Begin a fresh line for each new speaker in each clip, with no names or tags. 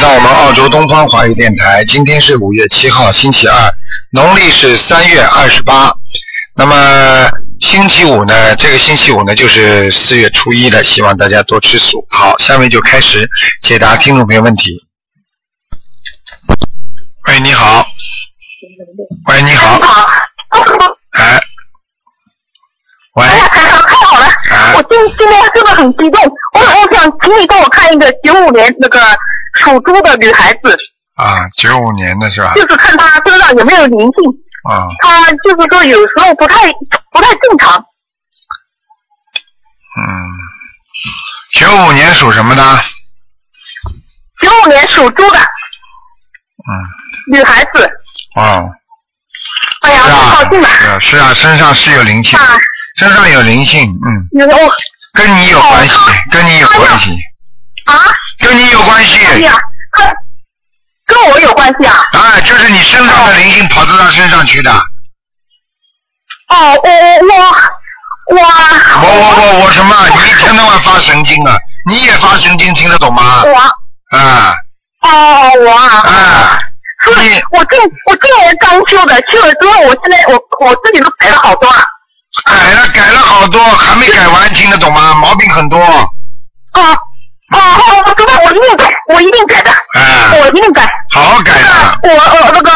到我们澳洲东方华语电台。今天是五月七号，星期二，农历是三月二十八。那么星期五呢？这个星期五呢，就是四月初一了。希望大家多吃素。好，下面就开始解答听众朋友问题。喂，你好。喂，你好。
好，
哎。喂。
哎呀，台长太好了！
啊
我今今天真的很激动，我我想请你帮我看一个九五年那个属猪的女孩子，
啊，九五年的是吧？
就是看她身上有没有灵性。
啊，
她就是说有时候不太不太正常，
嗯。九五年属什么的？嗯。
九五年属猪的女孩子。
嗯哦。
哎呀，
是
我
啊
好劲，了！
是啊，是啊，身上是有灵性，
啊，
身上有灵性，嗯，
有我
跟你有关系
哦，
跟你有关系，
啊，
跟你有关系，
哎呀，她跟我有关系啊？
啊，就是你身上的灵性跑到他身上去的，
哦，我我我
我
我
我我我什
哦
么？你一天到晚发神经啊，你也发神经，听得懂吗？
我
啊
哦我啊。
啊，
是
你
我今我今年刚修的，修了之后，我现在我我自己都改了好多啊。
改了哎改了好多，还没改完，听得懂吗？毛病很多，
哦哦，哦我知道，我一定改，我一定改的，
啊，
我一定改。
好好改
啊
啊，，
我我那个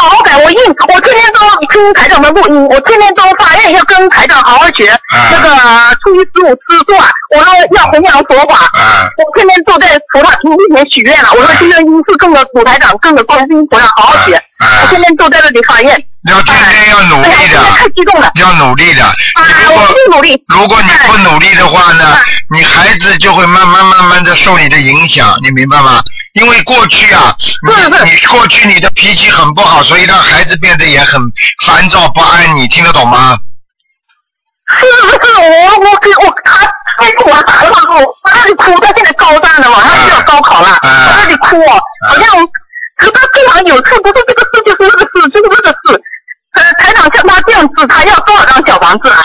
好好改，我一定，我天天都听台长的录音，我天天都发愿要跟台长好好学。
哎嗯
那个初一十五吃素啊，我说要弘扬佛法。
啊，
我天天坐在菩萨面前许愿了，我说今天一次跟着鲁台长，跟着观世音菩萨好好学。
啊
我天天坐在那里发愿，
要天天要努
哎呀，
力
真
的
的，太激动了。
要努力的，
啊
嗯你，如
我
果
一定努力。
如果你不努力的话呢
哎，
你孩子就会慢慢慢慢的受你的影响，你明白吗？因为过去啊，
是是
你你过去你的脾气很不好，所以让孩子变得也很烦躁不安，你听得懂吗？
是是是，我我给我他他跟我打了我我那里哭，他现在高三了，马上就要高考了，
哎
我那里哭哦，好像可他经常有事，不是这个事就是那个事，就是那个事。呃，台长像他这样子，他要多少张小房子啊？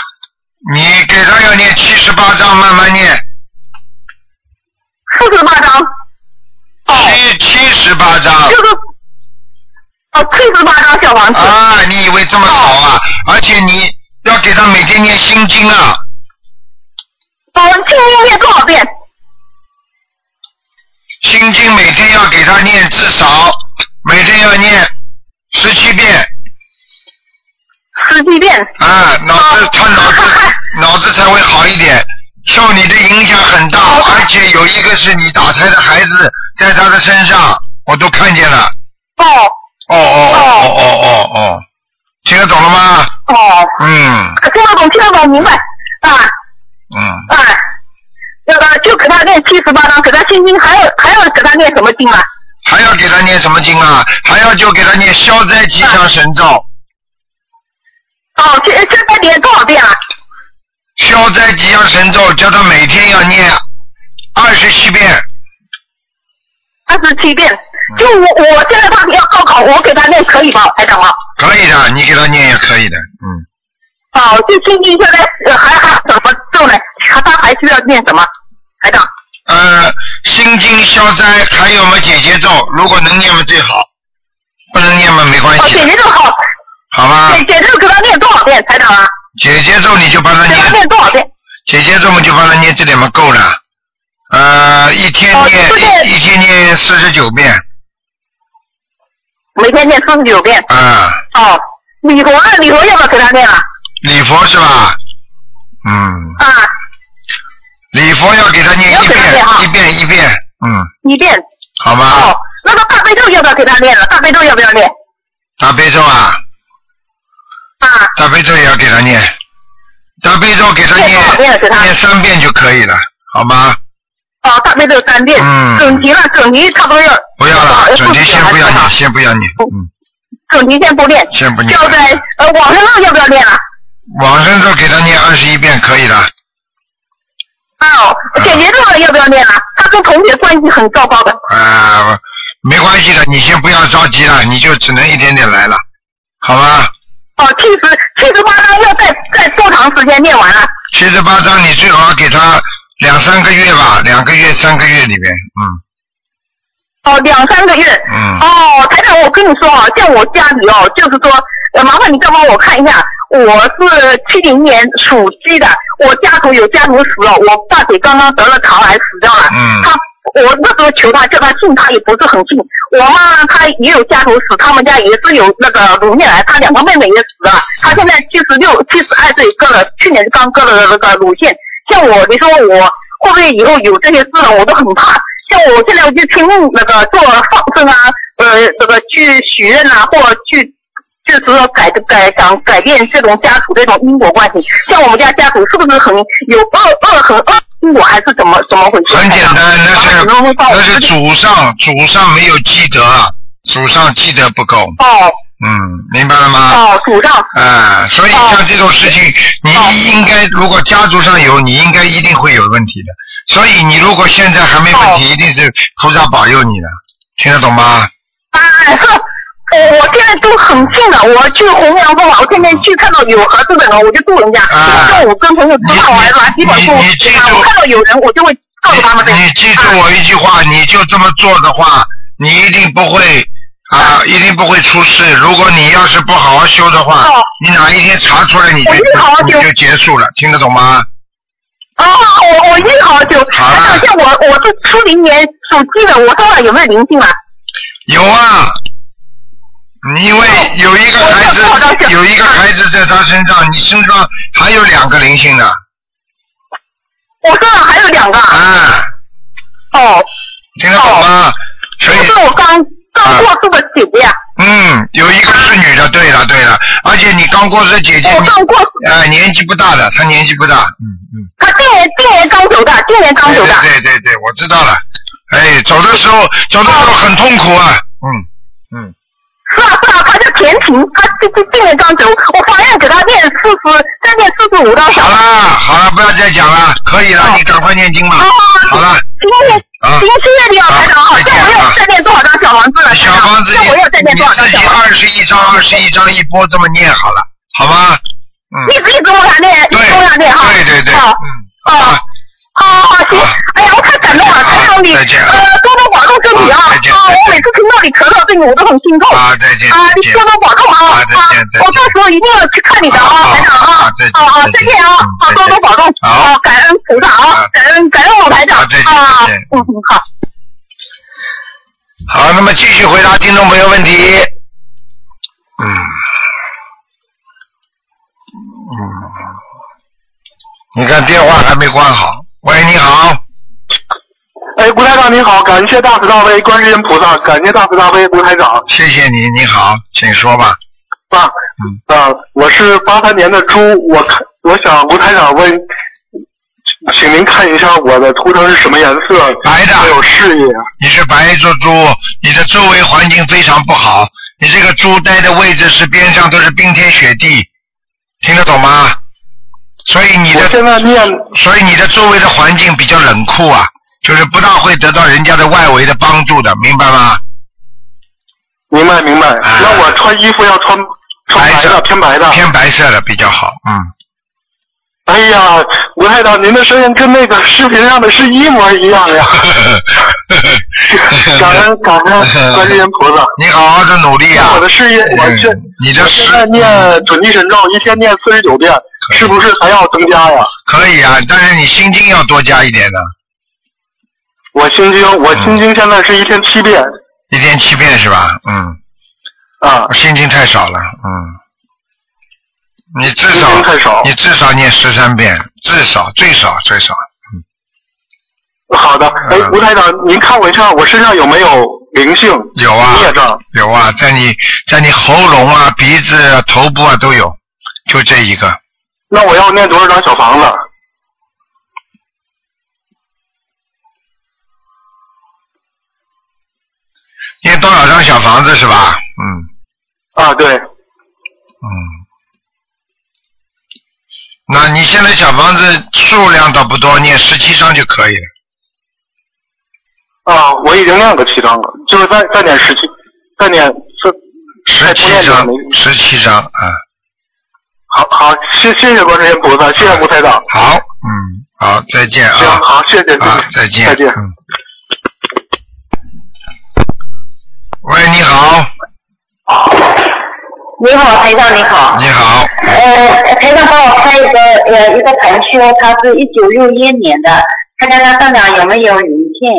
你给他要念七十八章，慢慢念，
四十八张，哦，
七七十八章
就。是哦七十八张小房子。
啊，你以为这么少
哦
啊？而且你要给他每天念心经啊，
哦，今天念多少遍？
心经每天要给他念至少每天要念十七遍。
十几遍。
啊，脑子他脑子 脑子才会好一点，受你的影响很大，
好的
而且有一个是你打胎的孩子在他的身上，我都看见了。
哦
哦哦哦哦哦哦，听得懂了吗？
哦，
嗯
听得懂，听得懂，明白啊。
嗯，
啊，那个就给他念七十八章，给他心经，还要还要给他念什么经啊？
还要给他念什么经啊？还要就给他念消灾吉祥神咒，
哦，现现在念多少遍啊？
消灾吉祥神咒叫他每天要念二十七遍。
二十七遍。就我我现在他要高考，我给他念可以吧，台长啊？
可以的，你给他念也可以的，嗯，
哦，就心经现在呃还还什么咒呢？他他还需要念什么？台长？
呃，心经消灾，还有我们解结咒，如果能念嘛最好，不能念嘛没啊关
哦，
系
姐
的，
姐咒好，
好吧？
姐姐咒给他念多少遍，台长啊？
解结咒你就帮他
给他
念，
念多少遍？
解结咒嘛就帮他念，这点嘛够了。呃，一天
哦
念、
对对
一一天念四十九遍
每天念四十九遍。
啊、
哦，礼佛呢？礼佛要不要给他念啊？
礼佛是吧？嗯，
啊，
礼佛要给他念一
要给他念
遍
啊
一遍一遍，嗯，
一遍。
好吗？
哦，那个大悲咒要不要给他念了？啊大悲咒要不要念？
大悲咒啊，
啊，
大悲咒也要给他念，大悲咒给他
念多少遍了给他
念三遍就可以了，好吗？
哦，大悲咒三遍，
嗯
整题了，整题差不多要。
不要了，
呃
准提先不要
还
念，
是好
先不要念，嗯，
整题先不念，
先不念。
教在呃网上要不要念啊？
往生咒给他念二十一遍可以了，
哦，
嗯
解决咒了要不要念啊？他跟同学关系很糟糕的。
啊，没关系的，你先不要着急了，你就只能一点点来了，好吧？
哦，七十七十八章要再再多长时间念完啊？
七十八章你最好给他两三个月吧，两个月、三个月里面，嗯，
哦，两三个月。
嗯
哦，台长，我跟你说啊，像我家里哦，就是说，呃麻烦你再帮我看一下，我是七零年属鸡的，我家族有家族史哦，我大姐刚刚得了肠癌死掉了，
嗯
她。我那时候求她叫她信，她也不是很信。我妈她也有家族史，他们家也是有那个乳腺癌，她两个妹妹也死了。她现在七十六、七十二岁，割了去年刚割了那个乳腺。像我，你说我会不会以后有这些事呢？我都很怕。像我现在我就听那个做放生啊，呃，那个去许愿啊，或者去就是说改改想改变这种家族这种因果关系。像我们家家族是不是很有恶恶很恶因果，还是怎么怎么回事？
很简单，那
麻烦
是
你们会帮我
那是祖上祖上没有积德，啊祖上积德不够，
哦
嗯，明白了吗？
哦，主上
啊，所以像这种事情，
哦
你应该如果家族上有，你应该一定会有问题的。所以你如果现在还没问
哦
题，一定是菩萨保佑你的，听得懂吗？
哎呵，我我现在都很信了，我去弘扬佛法，我天天去看到有合适的人，我就度人家。
啊
像我跟朋友吃饭，我还拿几本书
你你记住
啊，我看到有人，我就会告诉他们的。
你你记住
啊
我一句话，你就这么做的话，你一定不会啊，
嗯
一定不会出事。如果你要是不好好修的话
哦，
你哪一天查出来你就
我一定好好
你
修
就结束了，听得懂吗？
哦，我我一好久，
啊
还有像我我是七零年属鸡的，我身上有没有灵性啊？
有啊，因为有一个
我
孩
哦我知道
子
是
有一个孩子在他身上，你身上还有两个灵性呢，
我身上还有两个啊。
啊，
哦，
听得懂吗？所以
是哦我
啊
刚刚过世的姐姐啊，
嗯，有一个是女的，对了对了，而且你刚过世的姐姐，
我
你
刚过世，
哎、年纪不大的，她年纪不大，嗯嗯。
她今年今年刚走的，今年刚走的。
对对对对，我知道了。哎，走的时候，走的时
哦
候很痛苦啊。嗯嗯，
是啊是啊，他叫田婷，他今今今年刚走，我发愿给他念四十，再念四十五道小
好
了。
啦好啦，不要再讲了，可以了，
哦
你赶快念经吧。
哦
好了，
今天
啊
今天七月里要台长好，像我要再念多少张小房子了？
小房子
像
你
我要再念
你
多少张
自
小
己
房子？
二十一章二十一章一波这么念好了，好吗？嗯，
一直一直往下念，一
对
直往下念哈。
对对对，
好
嗯，
哦哦，好行，哎呀，我太感动了，台长你
再见
呃多多保重身体啊！
好再见
啊，我每次听到你咳嗽这个我都很心痛。
好，再见，
啊，
再
你
见
多。多保重啊！
啊再见再见
我到时候一定要去看你的啊，台长
啊
啊！
再见
啊啊，
再
再
见
见啊
嗯！再见
好，多多保重。
好
啊，感恩菩萨
啊
啊！感恩感恩我台长
啊再见
啊
再见！
嗯，好。
好，那么继续回答听众朋友问题。嗯，嗯，你看电话还没关好。喂，你好，
哎，吴台长您好，感谢大慈大悲观世音菩萨，感谢大慈大悲吴台长
谢谢你，你好，请说吧。
啊。
嗯
啊，我是八三年的猪，我看我想吴台长问，请您看一下我的图腾是什么颜色？
白的
还有事业。
哎你是白猪猪，你的周围环境非常不好，你这个猪待的位置是边上都是冰天雪地，听得懂吗？所以你
我
的
现在念
所以你的周围的环境比较冷酷啊，就是不大会得到人家的外围的帮助的，明白吗？
明白明白，
啊
那我穿衣服要穿穿白
白色
的，偏白的。
偏白色的比较好，嗯。
哎呀，吴台长，您的声音跟那个视频上的是一模一样 呀！感恩感恩观世音菩萨。
你好好的努力啊
我！的事业，我现、
嗯你的嗯
我
事
现在念准提神咒，一天念四十九遍，
可以
是不是还要增加呀？
可以啊，但是你心经要多加一点的，
我心经，我心
嗯
经现在是一天七遍
一天七遍是吧？嗯，
啊，
心经太少了，嗯。你至
心经
少
太少
你。至少念十三遍，至少最少最少。
好的，哎
嗯，
吴台长，您看我一下，我身上有没有灵性
有啊，
孽障？
有啊，在你在你喉咙啊、鼻子、啊、头部啊都有，就这一个。
那我要念多少张小房子？
念多少张小房子是吧？嗯。
啊，对，
嗯，那你现在小房子数量倒不多，念十七章就可以了。
啊，我已经念了七张了，就是再再念十七，再念四，
十
哎
七
不念
章
了没，
十七章啊，
好好，谢谢谢观世音菩萨，谢谢吴台长。
好，嗯，好，再见
行，
啊，
好，谢谢，谢谢
啊，再见，
再见。
嗯。喂，你好，
你好，台长，你好。
你好，
呃，台长帮我看一个呃一个同修，他是一九六一年的，看看他身上有没有灵性，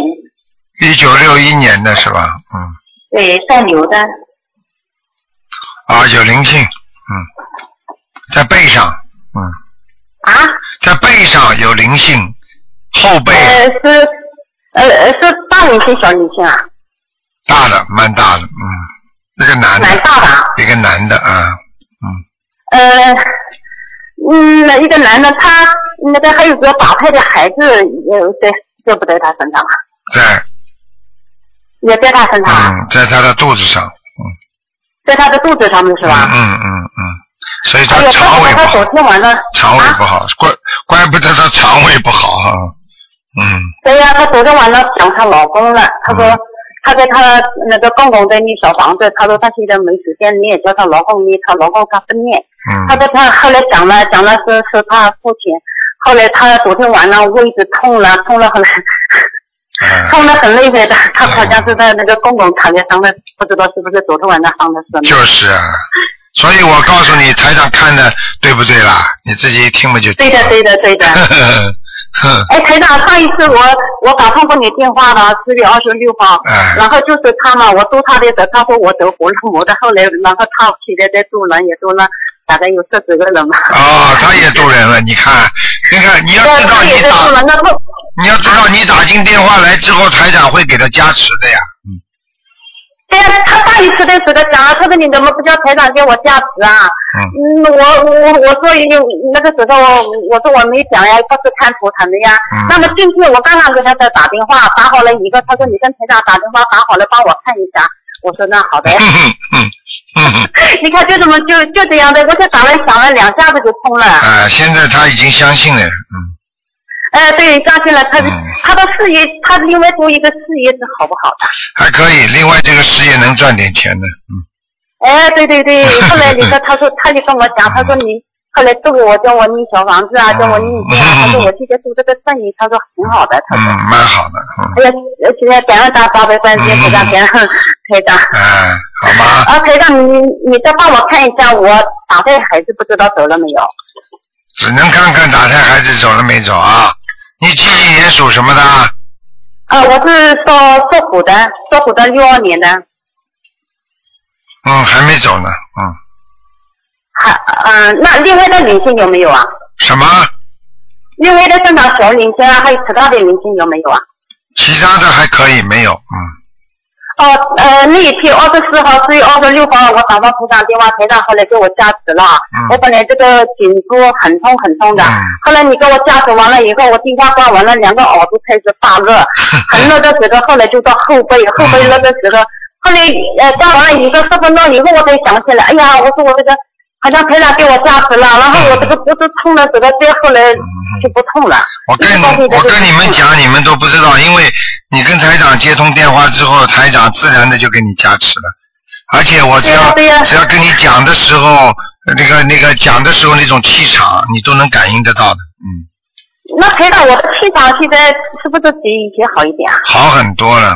一九六一年的是吧？嗯，
对，上牛的，
啊，有灵性，嗯，在背上，嗯，
啊，
在背上有灵性，后背
呃是呃呃是大灵性小灵性啊，
大的，蛮大的，嗯，那个男
蛮
的，
大的啊。
一个男的啊，
呃，嗯，那一个男的，他嗯那个还有个打胎的孩子，呃，在在不在他身上啊？
在
也在他身上啊，
嗯，在他的肚子上，
在他的肚子上面是
嗯
吧？
嗯嗯嗯，所以他
哎呀，
肠
他
胃不
他
好
昨，天晚上，
肠胃不
啊
好，怪怪不得他肠胃不好啊，嗯，
对呀、她昨天晚上想她老公了，她说
嗯
她在她那个公公的那小房子，她说她现在没时间念，叫她老公念，她老公他不念，她
嗯，
说她后来想了想了是是她父亲，后来她昨天晚上胃子痛了，痛了很
哎
痛了很厉害的，她好像是在那个公公躺在上面，不知道是不是昨天晚上上的身。
就是啊，所以我告诉你，台上看的对不对啦？你自己一听嘛就知
对的
道。
对的对的。
的。哼，
哎，台长，上一次我我打通过你电话了，四月二十六号，
哎，
然后就是他嘛，我度他的时候，他说我得活络膜的，后来然后他现在在度人，也度了大概有四十个人吧。
哦，他也渡人了，你看，你看，你 要知道
啊他也
你
在度
打，
人，那不
你要知道你打进电话来之后，台长会给他加持的呀。
对呀，他上一次的时候讲了，他说你怎么不叫台长给我加持啊？嗯，我我我说有那个时候我说我没讲呀，他是看图腾的呀。
嗯
那么今天我刚刚给他在打电话，打好了一个，他说你跟台长打电话打好了，帮我看一下。我说那好的呀。
嗯哼嗯嗯哼，
你看就这么就就这样的，我就打了响了两下子就通了。
啊，现在他已经相信了，嗯，
哎，对，相信了他的、
嗯
他的事业，他另外做一个事业是好不好的？
还可以。另外，这个事业能赚点钱的，嗯，
哎，对对对，后来你看，他说他就跟我讲，他说你后来都给我叫我念小房子啊，
嗯
叫我念经啊，他说我现在做这个生意，他说很好的，他
嗯
说。，
蛮好的，
哎呀，呃现在感恩大发白观世音菩萨，
嗯
感恩台长。
嗯，哎，好吗？
啊，台长，你你再帮我看一下，我打胎孩子不知道走了没有？
只能看看打胎孩子走了没走啊？你几几年属什么的？
啊，我是属属虎的，属虎的六二年的，
嗯，还没走呢。嗯，
还嗯、那另外的灵性有没有啊？
什么？
另外的正常小零星啊，还有其他的零星有没有啊？
其他的还可以，没有。嗯，
哦，呃，那一天二十四号、四月二十六号，我打到台长电话，台长后来给我加持了。
嗯
我本来这个颈部很痛很痛的，
嗯
后来你给我加持完了以后，我电话挂完了，两个耳朵开始发 热，很热的时候，后来就到后背，后
嗯
背热的时候，后来呃加完了一个十分钟以后，我才想起来，哎呀，我说我这个好像台长给我加持了，然后我这个脖子痛的时候，再后来就不痛了。
嗯我跟
一直到现在
我
就
跟
不
你
痛
们
了
讲，你们都不知道，因为你跟台长接通电话之后，台长自然的就给你加持了。而且我只要、
对呀对呀
只要跟你讲的时候，呃那个那个讲的时候那种气场，你都能感应得到的。嗯，
那台长，我的气场现在是不是比以前好一点啊？
好很多了，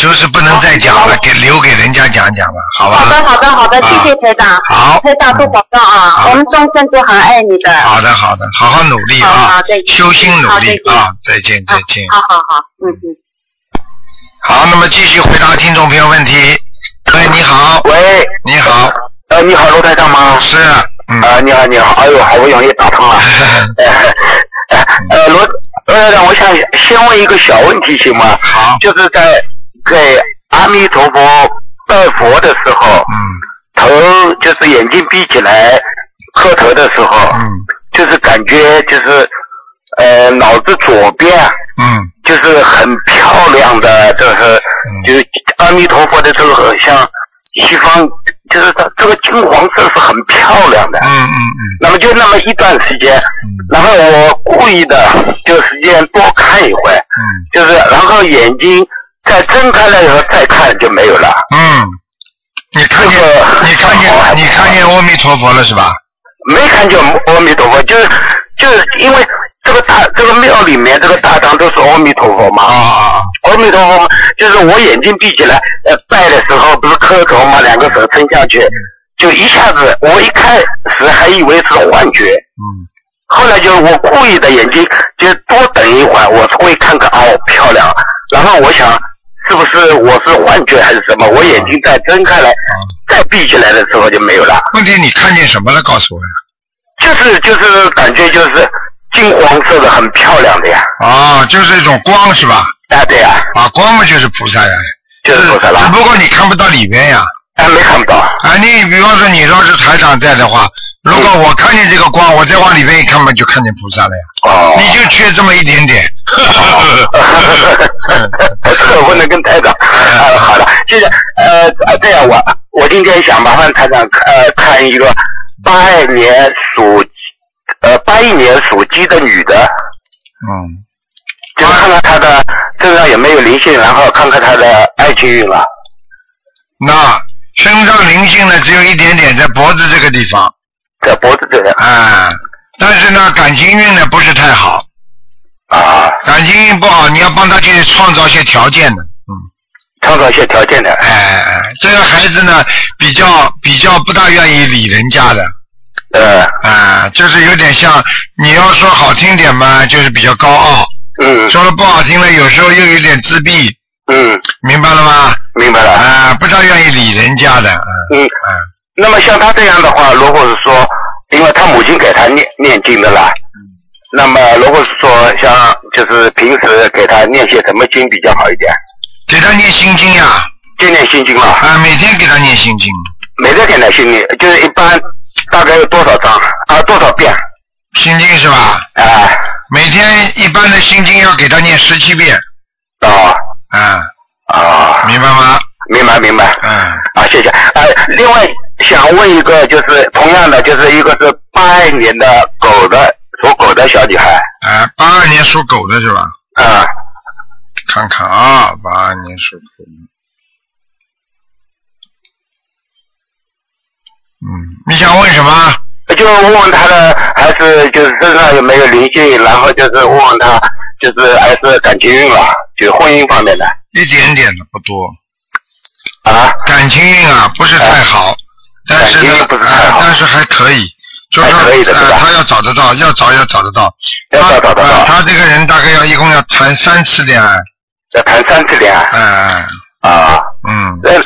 就是不能再讲了，给留给人家讲讲吧，好吧？啊
好的，好的，好的，谢谢台长。
好嗯
台长多保重啊！
好
我们众生都很爱你的。啊
好的，好的，好好努力
好
啊
好再，见
修心努
好
力
再见
啊，再见，再见。
好好好，嗯嗯。
好，那么继续回答听众朋友问题。喂，你好，
喂，
你好，
呃，你好，罗台长吗？
是，嗯，
啊、你好，你好，哎呦，好不容易打通了。呃呃，罗罗台长，我想先问一个小问题行吗？
好，
就是在给阿弥陀佛拜佛的时候，
嗯
头就是眼睛闭起来磕头的时候，
嗯
就是感觉就是呃脑子左边
嗯
就是很漂亮的，就是就是阿弥陀佛的这个像西方，就是它这个金黄色是很漂亮的。
嗯嗯
那么就那么一段时间，然后我故意的就时间多看一会，
嗯
就是然后眼睛再睁开了以后再看就没有了。
嗯嗯，你看见
这个
你看见你看见阿弥陀佛了是吧？
没看见阿弥陀佛，就是就是因为这个大这个庙里面这个大堂都是阿弥陀佛
啊
嘛，
啊啊，
阿阿弥陀佛，就是我眼睛闭起来，呃，拜的时候不是磕头嘛，两个手撑下去，就一下子，我一开始还以为是幻觉，
嗯，
后来就是我故意的眼睛就多等一会儿，我会看看哦漂亮，然后我想是不是我是幻觉还是什么？我眼睛再睁开来，再闭起来的时候就没有了，
嗯问题你看见什么了？告诉我呀。
就是就是感觉就是金黄色的，很漂亮的呀，
啊，就是一种光是吧？
啊对呀，
啊，光嘛就是菩萨呀，
就是菩萨
只
了，
不过你看不到里面呀。
哎没看不到，
啊，你比方说你要是台长在的话，如果我看见这个光，我再往里面一看嘛，就看见菩萨了呀。
哦，
你就缺这么一点点。嗯
这不能跟台长。啊， 好了，就是呃啊，这样我我今天想麻烦台长呃看一个八二年属呃八一年属鸡的女的，
嗯，
就是看看她的身上有没有灵性，然后看看她的爱情运啊了。
那身上灵性呢，只有一点点，在脖子这个地方。
在脖子这里
啊，但是呢，感情运呢不是太好，
啊，
感情运不好，你要帮他去创造一些条件的。嗯，
创造一些条件的。
哎哎，哎这个孩子呢，比较比较不大愿意理人家的。
呃，
啊，就是有点像你要说好听点嘛，就是比较高傲；
嗯
说的不好听呢，有时候又有点自闭，
嗯，
明白了吗？
明白了。
啊，不大愿意理人家的，啊
嗯，
啊，
那么像他这样的话，如果是说，因为他母亲给他念念经的啦，那么如果是说像就是平时给他念些什么经比较好一点？
给他念心经呀，
就念心经嘛，
啊，每天给他念心经，
每天给他心经，就是一般大概有多少章啊？多少遍
心经是吧？
啊？
每天一般的心经要给他念十七遍，
啊
啊，
啊，
明白吗？
明白明白。
嗯，
啊，谢谢。呃，另外想问一个，就是同样的，就是一个是八二年的狗的属狗的小女孩
啊，八二年属狗的是吧？
啊，
看看啊，八二年属狗的。嗯，你想问什么？
就问问他的，还是就是身上有没有灵性，然后就是问问他，就是还是感情运了，就是婚姻方面的
一点点的不多，
啊
感情运啊不是太好，但是
哎感情
呢
运不是太
啊
好
但是还可以，就
还可以
说
的是
啊
吧
他要找得到，要找要找得到，
要
他
找得到
啊他这个人大概要一共要谈三次恋爱，
要谈三次恋爱
哎、哎
啊，
嗯，
嗯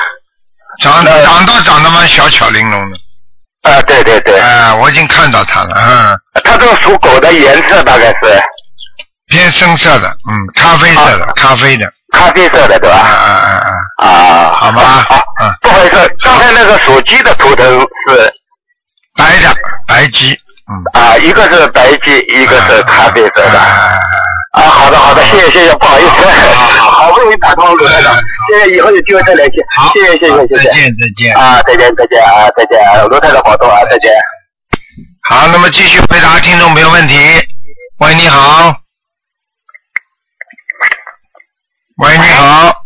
长
那
长到长得蛮小巧玲珑的，
啊，对对对，
哎、我已经看到他了，嗯，
他这个属狗的颜色大概是
偏深色的，嗯，咖啡色的，
啊
咖啡的，
咖啡色的，对
啊
吧？
啊啊啊，
啊，
好吗
啊，
嗯
不好意思，刚才那个属鸡的图腾是
白的白鸡，嗯，
啊，一个是白鸡，一个是咖啡色的。
哎
啊，好的好的，谢谢谢谢，不好意思，嗯好不容易打通了，卢台长，谢谢，以后有机会再联系，
好，
谢谢谢
好
谢谢
再
谢，
见再见。
啊，再见再见啊，再见啊，卢台长保重啊，再见。
好，那么继续回答听众朋友问题。喂，你好。喂，你好，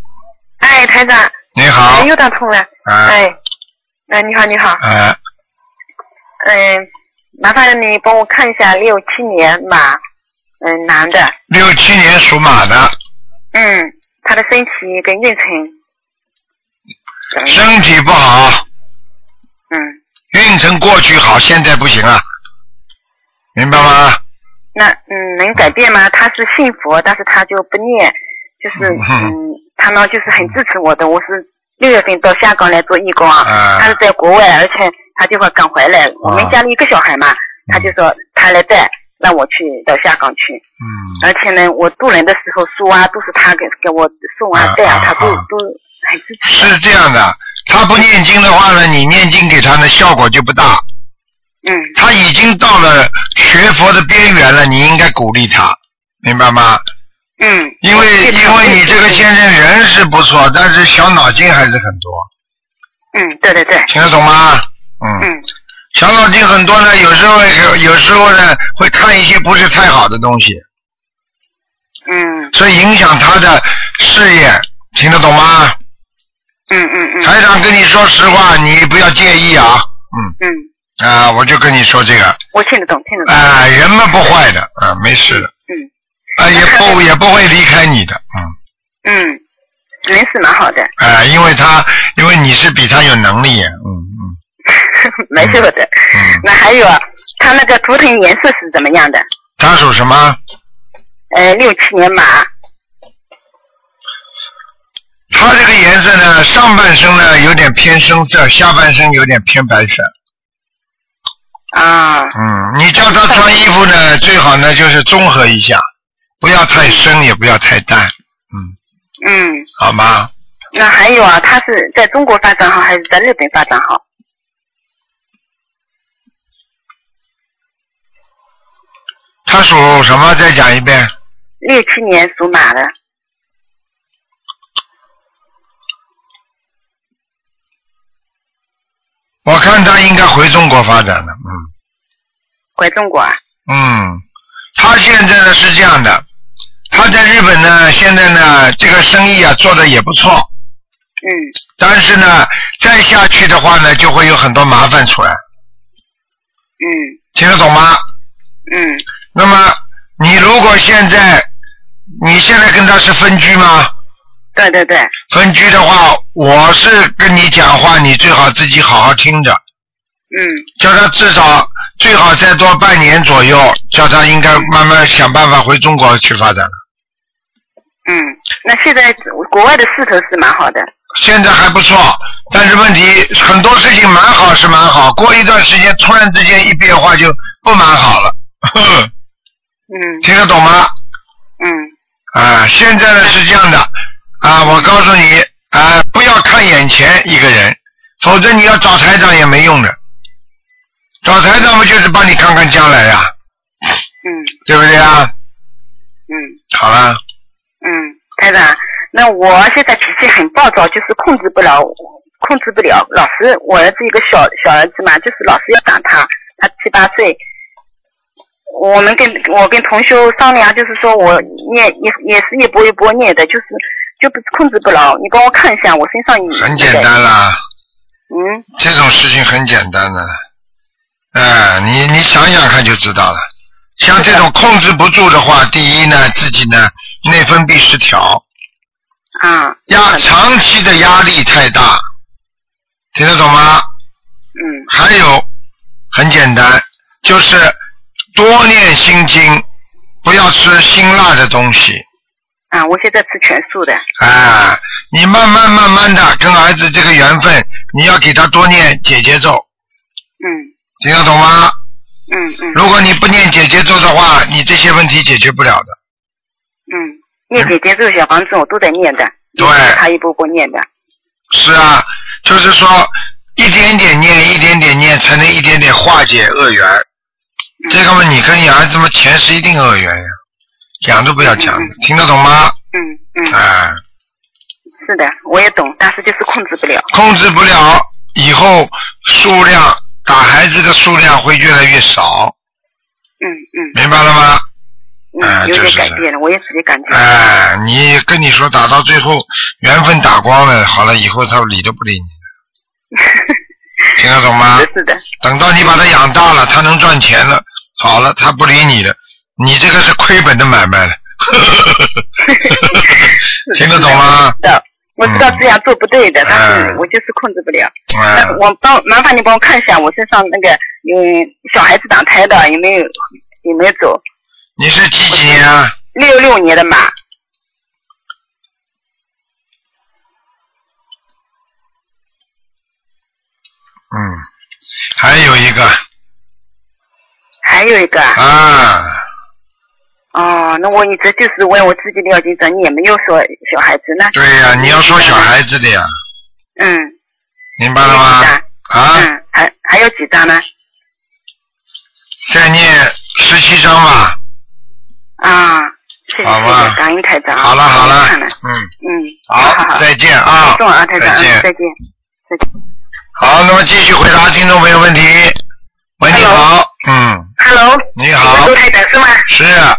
哎，台长，
你好
哎，，又打通了。
哎，
哎，哎，你好，你好，
哎，
嗯，麻烦你帮我看一下六七年马，嗯，男的，
六七年属马的，
嗯，他的身体跟运程怎么样？
身体不好，
嗯，
运程过去好，现在不行啊，明白吗？
那嗯，能改变吗？他是信佛，但是他就不念，就是嗯，他呢就是很支持我的，我是。六月份到香港来做义工啊，
啊
他是在国外，而且他就会赶回来。我们
啊
家里一个小孩嘛，他就说他来带，让我去到香港去。
嗯，
而且呢，我渡人的时候书啊，都是他给给我送
啊
啊、带啊
啊，
他都、
啊
都很支持。
是这样的，他不念经的话呢，你念经给他呢，效果就不大。
嗯
他已经到了学佛的边缘了，你应该鼓励他，明白吗？
嗯。
因
我
为
对他
因为
有
你哦这个
信心
先生人是不错，但是小脑筋还是很多，
嗯，对对对，
听得懂吗？嗯，
嗯
小脑筋很多呢，有时候有有时候呢会看一些不是太好的东西，
嗯
所以影响他的事业，听得懂吗？
嗯嗯嗯
台长跟你说实话，你不要介意啊，嗯
嗯，
啊，我就跟你说这个，
我听得懂，听得懂。
啊，人们不坏的，啊，没事的，
嗯
啊，也不也不会离开你的，嗯，
嗯嗯，人是蛮好的，
哎、因为他因为你是比他有能力，嗯
没事的。
嗯，
那还有啊，他那个图腾颜色是怎么样的？
他属什么？
呃，六七年马，
他这个颜色呢，上半身呢有点偏深色，下半身有点偏白色。
啊，
嗯，你叫他穿衣服呢，最好呢就是综合一下，不要太深，也不要太淡，
嗯，
好吗？
那还有啊，他是在中国发展好还是在日本发展好？
他属什么？再讲一遍。
六七年属马的，
我看他应该回中国发展的，嗯
回中国啊？
嗯，他现在呢是这样的，啊他在日本呢，现在呢这个生意啊做的也不错，
嗯，
但是呢再下去的话呢，就会有很多麻烦出来，
嗯
听得懂吗？
嗯，
那么你如果现在你现在跟他是分居吗？
对对对，
分居的话，我是跟你讲话，你最好自己好好听着，
嗯
叫他至少最好再多半年左右，叫他应该慢慢想办法回中国去发展了。
嗯。那现在国外的势头是蛮好的，
现在还不错，但是问题很多事情蛮好是蛮好，过一段时间突然之间一变化就不蛮好了， 呵呵
嗯
听得懂吗？
嗯
啊，现在呢是这样的，啊，我告诉你，啊，不要看眼前一个人，否则你要找台长也没用的，找台长不就是帮你看看将来呀、
嗯
对不对啊？
嗯
好了，
嗯，台长，那我现在脾气很暴躁，就是控制不了，控制不了。老是我儿子一个小小儿子嘛，就是老是要打他，他七八岁。我们跟我跟同学商量，就是说我念也也是一波一波念的，就是就不控制不了。你帮我看一下，我身上有
很简单啦，
嗯
这种事情很简单的，哎、你你想想看就知道了。像这种控制不住的话，第一呢，自己呢内分泌失调，
啊
压长期的压力太大，听得懂吗？
嗯
还有很简单，就是多念心经，不要吃辛辣的东西。
啊，我现在吃全素的。嗯
啊，你慢慢慢慢的跟儿子这个缘分，你要给他多念姐姐咒，
嗯
听得懂吗？
嗯嗯
如果你不念姐姐咒的话，你这些问题解决不了的。
嗯，念姐姐这个小房子我都在念的，
对
他一波波念的。嗯
是啊，就是说一点点念，一点点念，才能一点点化解恶缘。这个嘛，你跟你儿子嘛，前世一定恶缘呀，讲都不要讲，听得懂吗？
嗯嗯。
啊，
是的，我也懂，但是就是控制不了。
控制不了，以后数量打孩子的数量会越来越少，
嗯嗯
明白了吗？啊
嗯，有
就
点
是
改变了，我也自己感觉。
哎，你跟你说打到最后缘分打光了，好了，以后他理都不理你，听得懂吗？
是的，
等到你把他养大了，他能赚钱了，好了，他不理你了，你这个是亏本的买卖了，听得懂吗？
知道，我知道这样做不对的，但
哎
是我就是控制不了。
哎
那，我帮麻烦你帮我看一下我身上那个嗯小孩子打胎的有没有有没有走？
你是几几年啊？
六六年的马，
嗯，还有一个
还有一个啊。
啊，
哦，那我一直就是问我自己的要紧者，你也没有说小孩子那。
对呀、你要说小孩子的呀，
嗯，
明白了
有
吗
几？张？
啊，
嗯，还还有几张呢？
再念十七章吧。
啊，谢谢谢
好吧
谢，感恩台长。
好了好了，
看了，
嗯，
嗯，好
好，
好，
再见啊
保，重啊，台长，
再
嗯
见
再见。
好，那么继续回答听众朋友问题。喂，你好，嗯，
Hello，
你
你
好
是，卢台长是吗？
是
啊，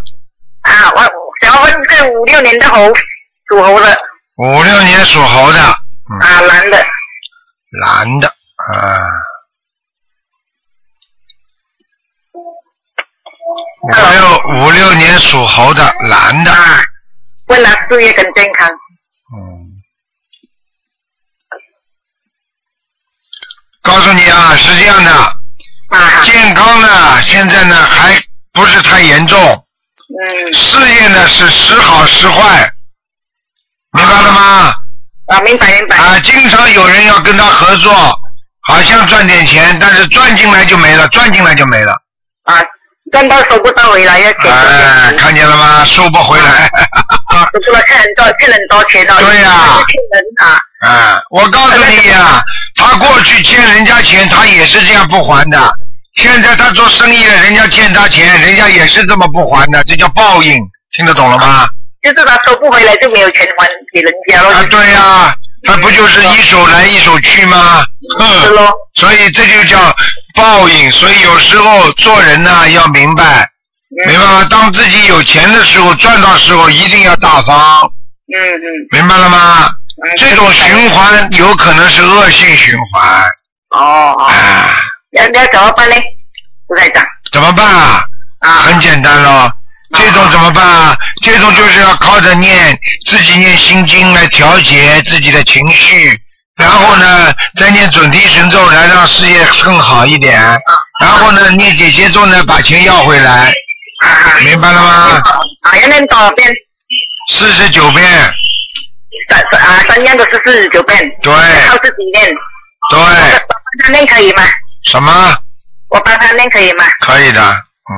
我想要问这五六年的猴，属猴的
五六年属猴的，嗯，
啊，男的，
男的啊。五六五六年属猴的男的，
问他事业很健康，
嗯。告诉你啊，是这样的，
啊，
健康呢，现在呢还不是太严重，
嗯，
事业呢是时好时坏，明白了吗？
啊，明白明白，
啊，经常有人要跟他合作，好像赚点钱，但是赚进来就没了，赚进来就没了。
啊，赚到手不到位了，要钱，
哎，看见了吗？收不回来。
不是了，看人到看人到钱到，
对呀
欠人啊，
啊，我告诉你呀、他过去欠人家钱，他也是这样不还的。现在他做生意了，人家欠他钱，人家也是这么不还的，这叫报应，听得懂了吗？
就是他收不回来就没有钱还给人家了，
啊，对呀、他不就是一手来一手去吗？
是
哼，
喽，
所以这就叫报应。所以有时候做人呢、要明白，
嗯
明白吗？当自己有钱的时候，赚到时候一定要大方。
嗯嗯，
明白了吗？
嗯
哎这种循环有可能是恶性循环
哦哦，
啊，
要要怎么办呢？不在长
怎么办啊？
啊，
很简单咯，这种怎么办啊？这种就是要靠着念自己念心经来调节自己的情绪，然后呢再念准提神咒来让事业更好一点，然后呢念姐姐咒呢把钱要回来，
啊
明白了吗？
啊，啊，要念多少遍？
四十九遍，
三三啊，三样都是四十九遍，
对
靠自己念，
对，
我帮他念可以吗？
什么
我帮他念可以吗？
可以的，嗯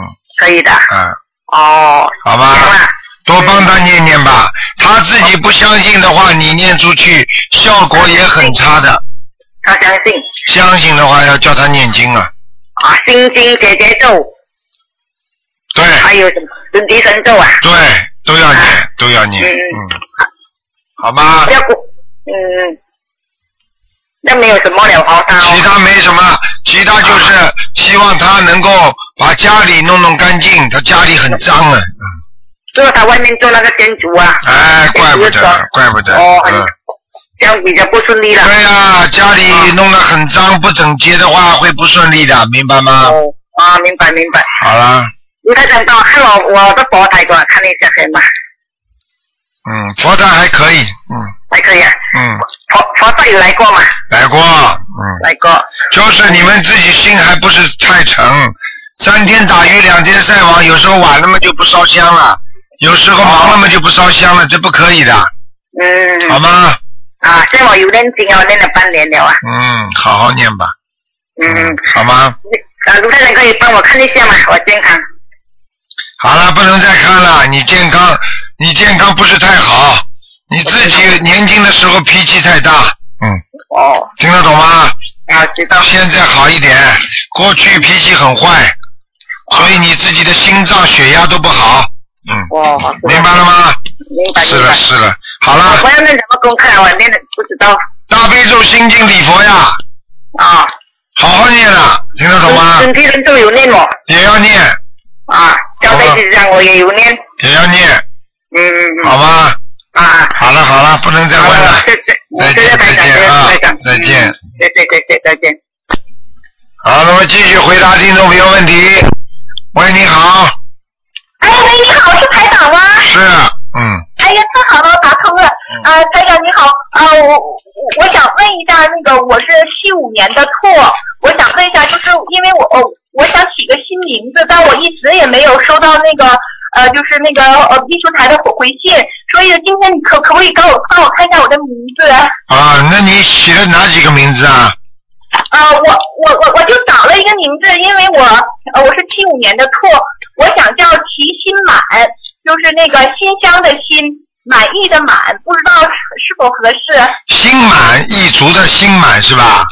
可以的，
啊，
哦，
好
行
吧。
了，
多帮他念念吧，他自己不相信的话，你念出去效果也很差的。
他相信
相信的话要叫他念经啊，
啊，心经姐姐咒，
对
还有什么准提神咒啊，
对，都要念，都要念，
嗯
嗯，好吧，
要不，嗯，那没有什么了，好他
其
哦，
他没什么，其他就是希望他能够把家里弄弄干净，他家里很脏啊，
就是他外面做那个建筑啊，
哎，怪不
就是说
得，怪不得，
哦，很
嗯，
这样比较不顺利了，
对呀、家里弄得很脏不整洁的话会不顺利的，明白吗？
哦，啊，明白明白，
好了，
你看讲到看我我的佛台给我看一下可以吗？
嗯，佛台还可以，嗯
还可以啊，
嗯。
佛佛台有来过吗？
来过，嗯，
来过，
就是你们自己心还不是太诚，三天打鱼两天晒网，有时候晚了嘛就不烧香了，有时候忙了嘛就不烧香了，这不可以的，
嗯，
好吗？
啊，现在我有念经啊，我念了半年了啊，
嗯，好好念吧，
嗯，
好吗？
啊，卢太太可以帮我看一下吗？我健康。
好了，不能再看了，你健康，你健康不是太好，你自己年轻的时候脾气太大，嗯，
哦，
听得懂吗？
啊，知道。
现在好一点，过去脾气很坏，所以你自己的心脏、血压都不好，嗯，
哦，好
明白了吗？
明白
是
明
了
白。
是了，好
我
了，
要念什么功课啊？我念的不知道
大悲咒心经礼佛呀，
啊。
好好念了，听得懂吗？
准提人都有念哦，
也要念，
啊，交代之上我也有念，
也要念，
嗯嗯嗯。
好吗？
啊，
好了好了，不能再
好
问
了，
了
谢，谢，
再见
谢谢台
再见
长，谢谢
啊
台长，
再见
嗯，谢谢谢谢，再见。
好，那么继续回答听众朋友问题。喂，你好，
哎喂，你好，是台长吗？
是，嗯，
哎呀，太好了，打通了。呃，台长你好，呃，我我想问一下，那个我是七五年的兔，我想问一下，就是因为我、哦、我想起个新名字，但我一直也没有收到那个呃，就是那个呃艺术台的回回信，所以今天你可可不可以给我帮我看一下我的名字？
啊，那你起了哪几个名字啊？
呃，我我我我就找了一个名字，因为我呃我是七五年的兔，我想叫齐心满，就是那个新乡的新，满意的满，不知道是是否合适？
心满意足的心满是吧？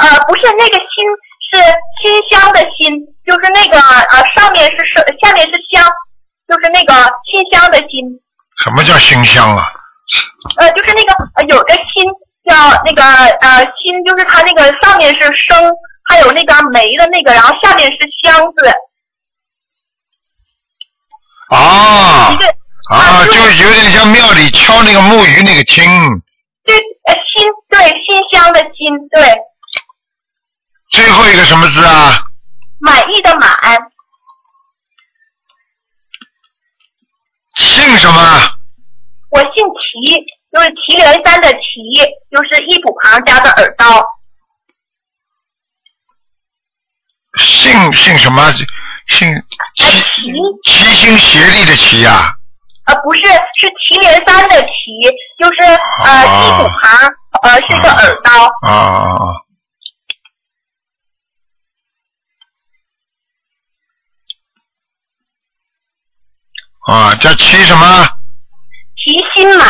呃，不是那个新是新乡的新，就是那个呃上面是是下面是乡，就是那个新乡的新，
什么叫熏香啊？
呃就是那个呃有个新叫那个呃新，就是它那个上面是生，还有那个梅的那个，然后下面是香字。
哦
一个，
啊，就有点像庙里敲那个木鱼那个听，
对，呃，新对新乡的新对，
最后一个什么字啊？
满意的满，
姓什么？
我姓齐，就是祁连山的祁，就是一土旁加个耳刀，
姓姓什么？姓
哎祁
齐心协力的齐呀、
呃不是是祁连山的祁，就是呃一土旁呃是个耳刀，
啊啊啊！啊，叫齐什么？
祁心满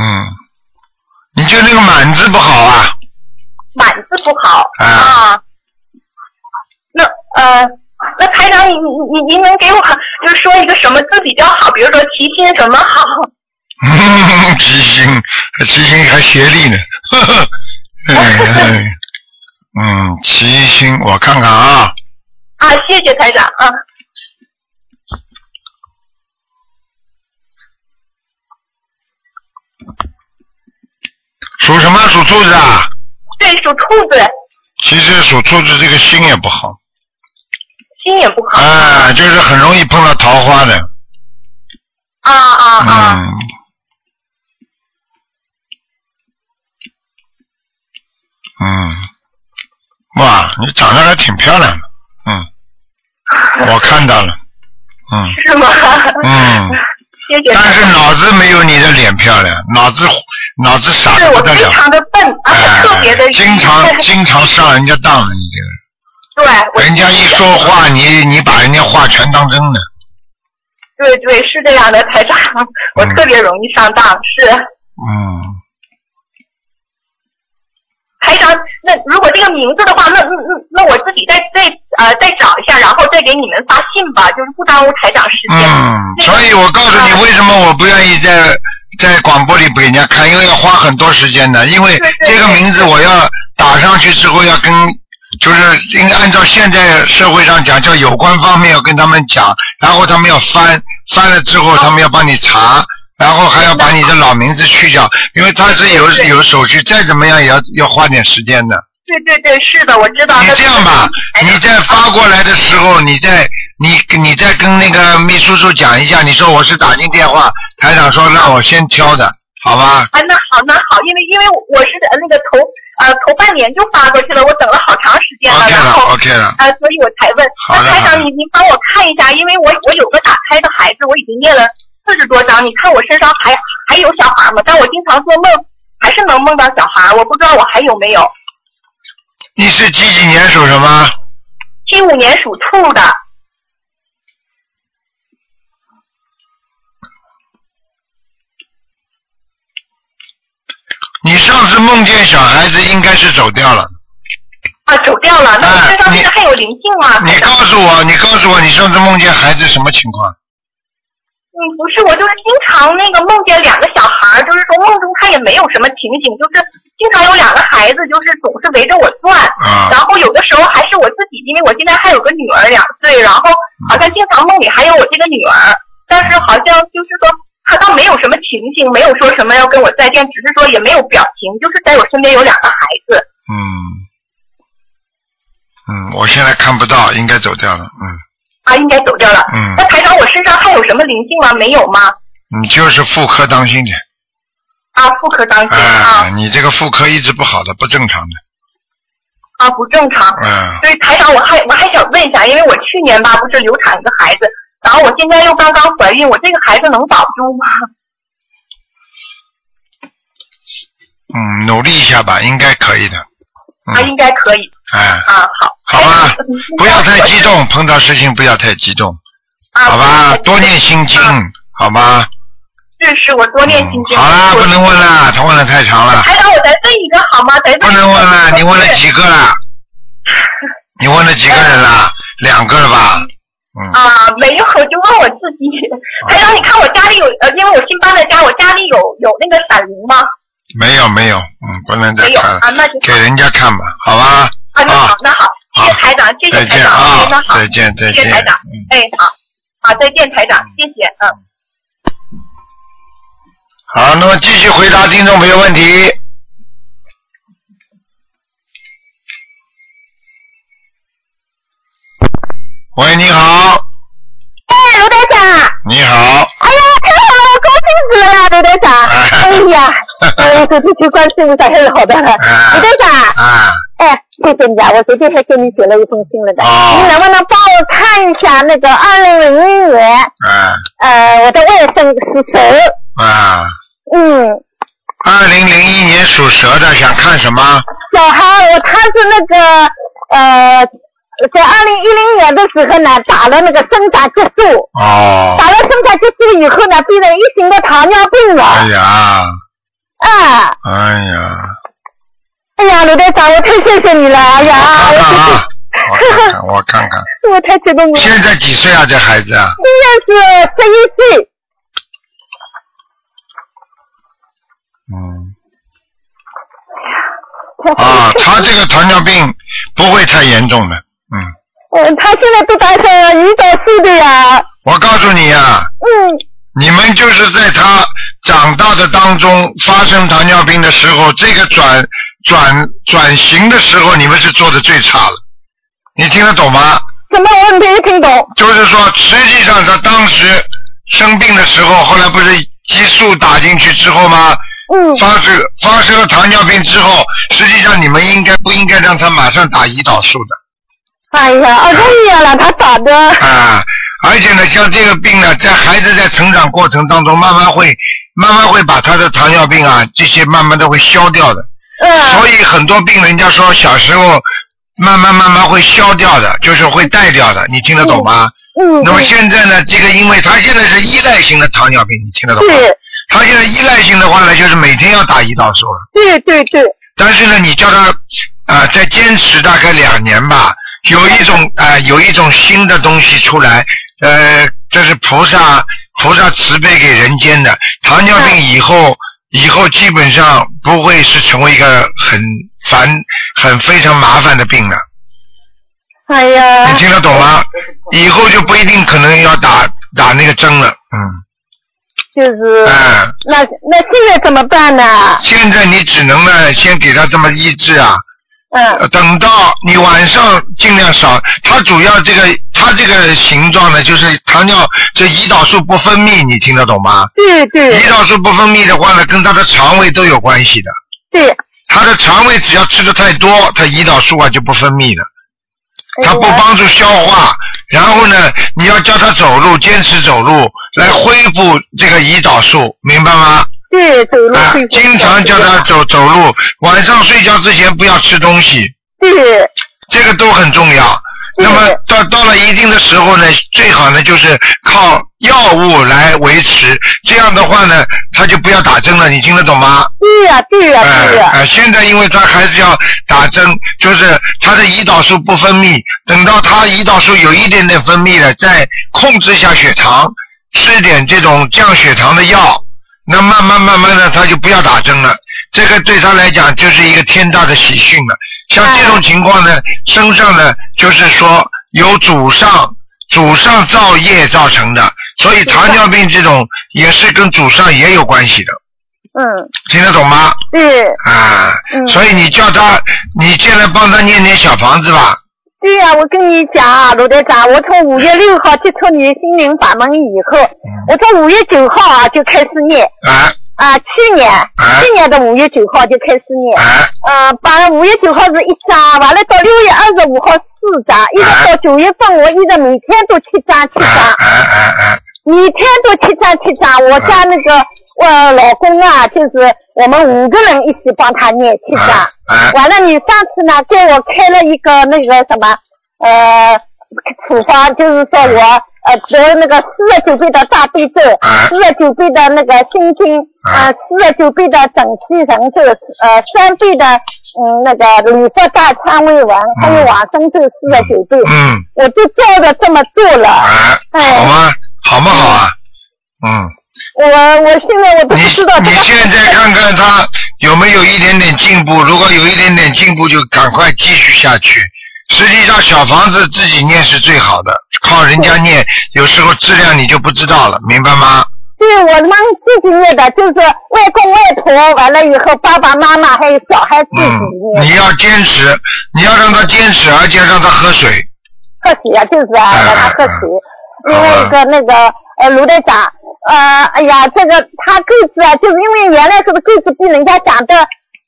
嗯，你就那个满字不好啊。
满字不好
啊
啊。那呃，那台长，你你您能给我就是说一个什么字比较好？比如说祁心什么好？
嗯，齐心，齐心还协力呢。 呵呵哎哎嗯，齐心，我看看啊，
啊，谢谢台长啊。
属什么？属兔子啊。
对，属兔子，
其实属兔子这个心也不好，
心也不好。
哎，就是很容易碰到桃花的。
啊啊啊！
嗯。嗯，哇，你长得还挺漂亮的，嗯， 我看到了，嗯
是吗？
嗯，
谢谢台长。
但是脑子没有你的脸漂亮，脑子脑子傻
是
的
我
不得
非
了，
常的笨，而
哎
且特别的、，
经常经常上人家当了，你这
对，我
个人，人家一说话，你你把人家话全当真的，
对对是这样的，台长，我特别容易上当，是。
嗯，
台长，那如果这个名字的话，那那那那我自己再再呃再找一下，然后再给你们发信吧，就是不耽误台长时间。
嗯，
那个
所以我告诉你，为什么我不愿意在在广播里给人家看，因为要花很多时间的，因为
对对
这个名字我要打上去之后要跟。就是应该按照现在社会上讲，叫有关方面要跟他们讲，然后他们要翻，翻了之后他们要帮你查，然后还要把你的老名字去掉，因为他是有有手续，再怎么样也要要花点时间的。
对对对，是的，我知道。
你
那
这样吧，
台
你
长
在发过来的时候，你再你你再跟那个秘书处讲一下，你说我是打进电话，台长说让我先挑的，好吧？
啊，那好，那好，因为因为我是呃那个头呃头半年就发过去了，我等了好长时间了
OK
然
了
后
，OK 了，
啊，所以我才问。
好
那
的
台
好的
长，你您帮我看一下，因为我我有个打胎的孩子，我已经念了四十多章，你看我身上还还有小孩吗？但我经常做梦，还是能梦到小孩，我不知道我还有没有。
你是几几年属什么？
七五年属兔的，啊
你上次梦见小孩子应该是走掉了，
啊，走掉了。那我身上
哎你嗯
现在还有灵性吗？
你
台
告
长
诉我，你告诉我你上次梦见孩子什么情况？
嗯，不是，我就是经常那个梦见两个小孩儿，就是说梦中他也没有什么情景，就是经常有两个孩子，就是总是围着我转，
啊
然后有的时候还是我自己，因为我现在还有个女儿两岁，然后好像经常梦里还有我这个女儿，但是好像就是说她倒没有什么情景，没有说什么要跟我再见，只是说也没有表情，就是在我身边有两个孩子。
嗯嗯，我现在看不到，应该走掉了，嗯
啊，应该走掉了。
嗯
那台长，我身上还有什么灵性吗？没有吗？，
你就是妇科当心点，
啊，妇科当心
哎
啊，
你这个妇科一直不好的，不正常的，
啊，不正常。
嗯。
对，台长，我还我还想问一下，因为我去年吧不是流产一个孩子，然后我现在又刚刚怀孕，我这个孩子能保住吗？
嗯，努力一下吧，应该可以的。
啊，
嗯，
应该可以
哎，
啊，好。
好
台
吧
长，
不要太激。动，碰到事情不要太激动，
啊，
好吧？
对
多念心经，好吗？
是是，我多念心
嗯，
经。
好啦，
我
不能问啦，他问的太长了，
台长，我再问一个好吗？再问一个
不能问啦，你问了几个啦？你问了几个人啦？两个了吧？嗯，
啊，没有，我就问我自己。
啊
台长，你看我家里有呃，因为我新搬的家，我家里有有那个闪灵吗？
没有没有，嗯，不能再
没有
看了
啊，，那就
给人家看吧，好吧？
啊，那好
啊，，
那好，谢谢
好
台长，谢谢
再
台
见
长，哎那
啊，
好，
再见再
谢
见
谢台长，哎，好，好，再见，台长，谢谢，嗯。
好，那么继续回答听众朋友问题。喂，你好，
哎，卢台长，
你好，
哎呀，太好了，高兴死了呀，卢台长。 哎呀，哎，对对对，关心一下，太 好的了，卢台长。
啊，
哎，谢谢你啊，我昨天还给你写了一封信了的。
哦
你能不能帮我看一下那个二零零一年，
啊，
呃，我的外甥是谁？
啊，
嗯，
二零零一年属蛇的想看什么？
小孩，我他是那个呃，在二零一零年的时候呢，打了那个生长激素，
哦，
打了生长激素以后呢，变成一型的糖尿病了。
哎呀，
啊，
哎呀，
哎呀，卢队长，我太谢谢你了，哎呀，
看看
我
啊，我看看，我看看，
太我太激动了。
现在几岁啊？这孩子啊，
现在是十一岁，
嗯，啊，他这个糖尿病不会太严重的，嗯，
嗯，他现在都打上胰岛素的呀，
我告诉你呀、啊
嗯，
你们就是在他长大的当中发生糖尿病的时候，这个转转转型的时候，你们是做的最差了。你听得懂吗？
什么我没听懂，
就是说，实际上他当时生病的时候，后来不是激素打进去之后吗？
嗯，
发生发生了糖尿病之后，实际上你们应该不应该让他马上打胰岛素的？
哎呀，二十年了，他打的，
啊，而且呢，像这个病呢，在孩子在成长过程当中，慢慢会慢慢会把他的糖尿病啊这些慢慢都会消掉的。
嗯，
所以很多病人家说小时候慢慢慢慢会消掉的，就是会带掉的，你听得懂吗？
嗯，
那么现在呢，这个因为他现在是依赖性的糖尿病，你听得懂吗？
对，
他现在依赖性的话呢，就是每天要打胰岛素了。
对对对，
但是呢，你叫他啊、呃再坚持大概两年吧，有一种啊、呃有一种新的东西出来，呃，这是菩萨菩萨慈悲给人间的。糖尿病以后以后基本上不会是成为一个很烦、很非常麻烦的病了。
哎呀
你，听得懂吗？以后就不一定可能要打打那个针了。嗯，
就是，
哎、
那那现在怎么办呢？
现在你只能呢，先给他这么医治啊。
嗯，
呃等到你晚上尽量少，它主要这个它这个形状呢，就是糖尿这胰岛素不分泌，你听得懂吗？
对对
胰岛素不分泌的话呢，跟它的肠胃都有关系的。
对，
它的肠胃只要吃的太多，它胰岛素啊就不分泌了，
哎
它不帮助消化。然后呢，你要教它走路，坚持走路来恢复这个胰岛素，明白吗？
嗯对走路
啊
会，
经常叫他走走路，晚上睡觉之前不要吃东西，
对，
这个都很重要。
对
那么到到了一定的时候呢，最好呢就是靠药物来维持，这样的话呢，他就不要打针了，你听得懂吗？
对呀对呀
呃
对呀，
呃，现在因为他还是要打针，就是他的胰岛素不分泌，等到他胰岛素有一点点分泌了，再控制一下血糖，吃点这种降血糖的药，那慢慢慢慢的他就不要打针了。这个对他来讲就是一个天大的喜讯了。像这种情况呢，身上呢就是说有祖上祖上造业造成的，所以糖尿病这种也是跟祖上也有关系的，呃
嗯，
听得懂吗？
对
啊，
嗯
所以你叫他，你现在帮他念念小房子吧。
对呀、我跟你讲啊，罗队长，我从五月六号接触你心灵法门以后，
嗯
我从五月九号啊就开始念
啊
啊，去年去年的五月九号就开始念，
啊
呃，把五月九号是一张，完了到六月二十五号四张，一直到九月份，我一直每天都七张七
啊
张，
啊啊啊！
每天都七张七张。我家那个我老公啊，就是我们五个人一起帮他念七张。
啊啊
完了，你上次呢给我开了一个那个什么，呃，处方，就是说我呃得那个四十九倍的大悲咒
啊，
四十九倍的那个心经，
啊
呃，四十九倍的整气神咒，呃，三倍的嗯那个礼佛大忏悔
啊
文，还有往生咒四十九倍，
嗯
我就照着这么做了。
啊，
哎
好吗？好不好啊？嗯，
我我现在我都
你
不知道
你
这个
现在看看他有没有一点点进步，如果有一点点进步，就赶快继续下去。实际上，小房子自己念是最好的，靠人家念，有时候质量你就不知道了，明白吗？
对我们自己念的，就是外公外婆完了以后，爸爸妈妈还有小孩自己
嗯，
念。
你要坚持，你要让他坚持，而且让他喝水。
贺喜啊，就是 啊，让他贺喜。另外一个那个呃卢队长，呃，哎呀，这个他个子啊，就是因为原来是个个子比人家长得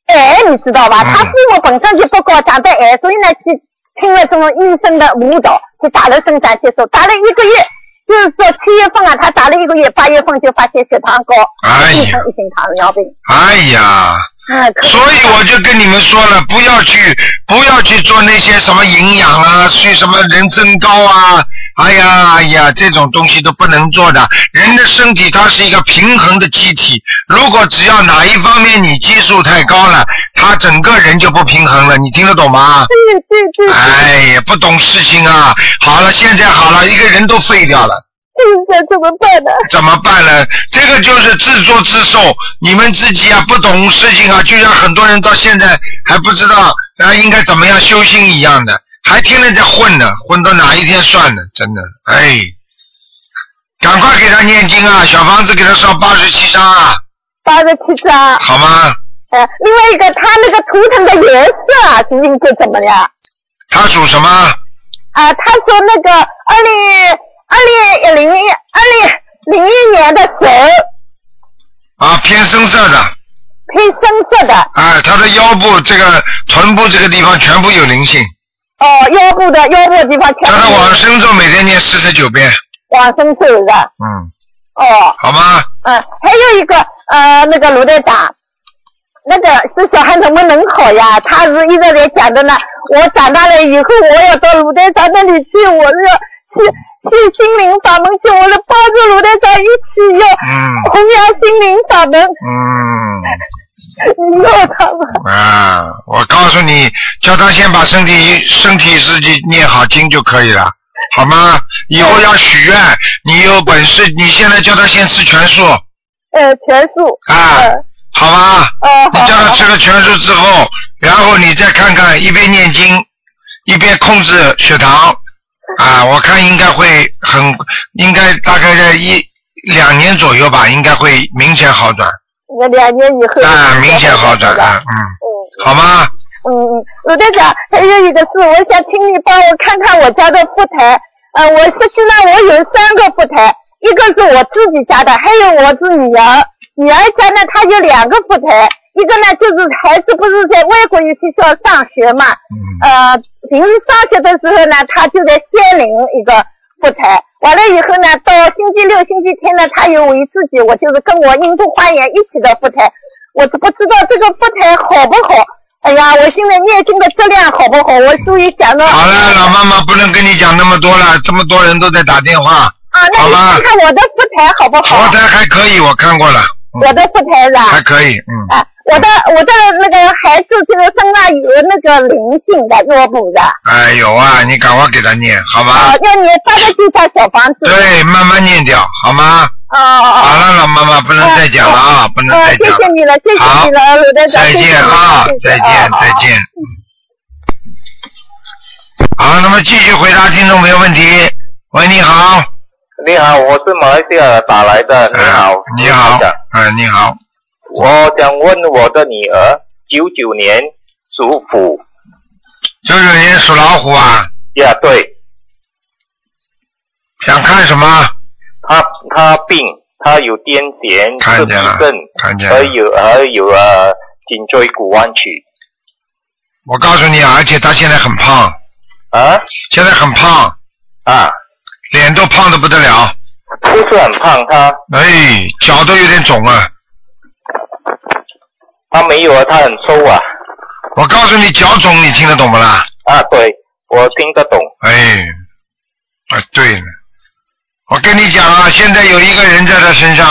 矮，你知
嗯
道吧？他父母本身就不高，长得矮，所以呢去听了这种医生的误导，去打了生长激素，打了一个月，就是说七月份啊，他打了一个月，八月份就发现血糖高，
哎呀
一成一型糖尿病。
哎呀，
嗯，可
所以我就跟你们说了，不要去，不要去做那些什么营养啊，去什么人参膏啊，哎呀哎呀，这种东西都不能做的。人的身体它是一个平衡的机体，如果只要哪一方面你激素太高了，它整个人就不平衡了。你听得懂吗？
对对对，
哎呀，不懂事情啊！好了，现在好了，一个人都废掉了。
这怎么办呢？
怎么办呢？这个就是自作自受，你们自己啊不懂事情啊，就像很多人到现在还不知道啊应该怎么样修心一样的，还听人家混呢，混到哪一天算呢？真的，哎，赶快给他念经啊，小房子给他烧八十七章啊，
八十七张，
好吗？
呃，另外一个他那个图腾的颜色啊，是应该怎么样？
他属什么？
啊，他说那个二零二零零一二零零一年的蛇
啊，偏深色的，
偏深色的，
哎，他的腰部这个臀部这个地方全部有灵性，
哦，腰部的腰部的地方全
叫他
部
往生咒每天念四十九遍，
往生走的，
嗯，
哦，
好吗？
嗯，还有一个呃，那个卢队长，那个是小孩能不能好呀？他是一直在讲的呢。我长大了以后，我要到卢队长那里去，我是要去去心灵法门去，我是帮助卢队长一起要
嗯
弘扬心灵法门，
嗯。
你要他吗？
啊，我告诉你，叫他先把身体身体自己念好经就可以了，好吗？以后要许愿，你有本事，你现在叫他先吃全素
呃，全素，
啊，好吗？
呃，
你
好，
叫他吃了全素之后，然后你再看看，一边念经，一边控制血糖，啊，我看应该会很，应该大概在一两年左右吧，应该会明显好转，
那两年以后
啊，明显好转啊，
嗯。
嗯，好吗？
嗯，嗯，鲁队长，还有一个事，我想请你帮我看看我家的佛台。呃，我实际上我有三个佛台，一个是我自己家的，还有我是女儿。女儿家呢，她有两个佛台，一个呢就是孩子不是在外国语学校上学嘛，呃，平时上学的时候呢，她就在仙林一个佛台。完了以后呢，到星期六、星期天呢，她有我自己，我就是跟我印度花园一起的佛台。我都不知道这个佛台好不好。哎呀，我现在念经的质量好不好？我注意讲到
好了，老妈妈不能跟你讲那么多了，这么多人都在打电话。
啊，那
好
你
吧
看看我的佛台好不
佛
好？
台还可以，我看过了，嗯
我的佛台是
还
吧？
可以，嗯，
啊，我的我的那个孩子这个身上有那个灵性的腰部的，
哎，有啊，你赶快给他念，好
啊
吧？，
要你八十几张小房子。
对，慢慢念掉，好吗？
哦哦
好了，老妈妈，不能再讲了啊，不
哦，
能
啊，
再
谢
讲。
谢你了，谢谢你了，鲁队长，
再
谢谢
见
你
啊
了，谢，谢
再见，
哦
再
哦
见。好，那么继续回答听众朋友问题。喂，你好，
你好，我是马来西亚打来的，你好
嗯，你好
台长，
嗯，你好，
我想问我的女儿，九九年属虎，
九九年属老虎啊，
呀，对，
想看什么？
她她病，她有癫痫、自
看
闭
见了
症，
看见了
还。有还有呃颈椎骨弯曲
我告诉你啊，而且他现在很胖，
啊
现在很胖，
啊，
脸都胖的不得了，
不是很胖，她
哎，脚都有点肿啊。
她没有啊，她很瘦啊
我告诉你，脚肿你听得懂不啦？
啊，对，我听得懂
哎，啊对了，我跟你讲啊，现在有一个人在他身上，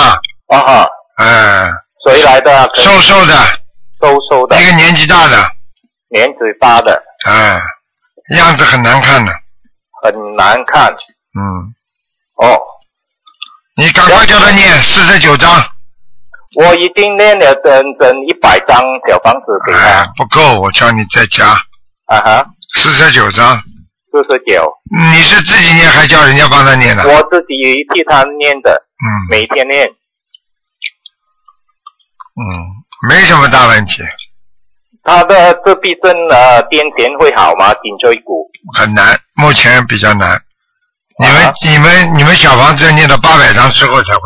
啊哈，
嗯、
谁来的啊？
瘦瘦的，
瘦瘦的
一，个年纪大的，
脸嘴巴的，
嗯、样子很难看的，
很难看
嗯，
哦。
你赶快叫他念四十九章，
我已经念了整整一百张小房子给
哎、
他，
不够，我叫你再加
啊哈，
四十九章。
四十九，
你是自己念还叫人家帮他念的？
我自己替他念的，
嗯。
每天念，
嗯，没什么大问题。
他的自闭症呃癫痫会好吗？颈椎骨
很难，目前比较难。你们、你们、你们小房子念到八百张之后才会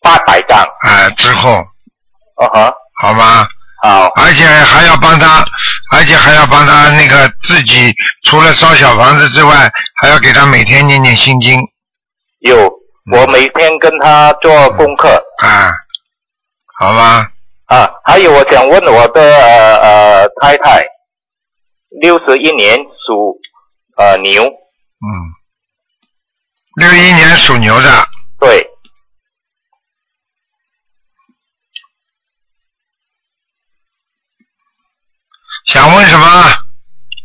八百张，
好，哎、之后，
嗯哼，
好吗？
好。
而且还要帮他，而且还要帮他那个自己，除了烧小房子之外，还要给他每天念念心经
有，我每天跟他做功课
啊，好吗？
啊。还有，我想问我的呃呃太太，六十一年属呃牛，
嗯。六一年属牛的，
对，
想问什么？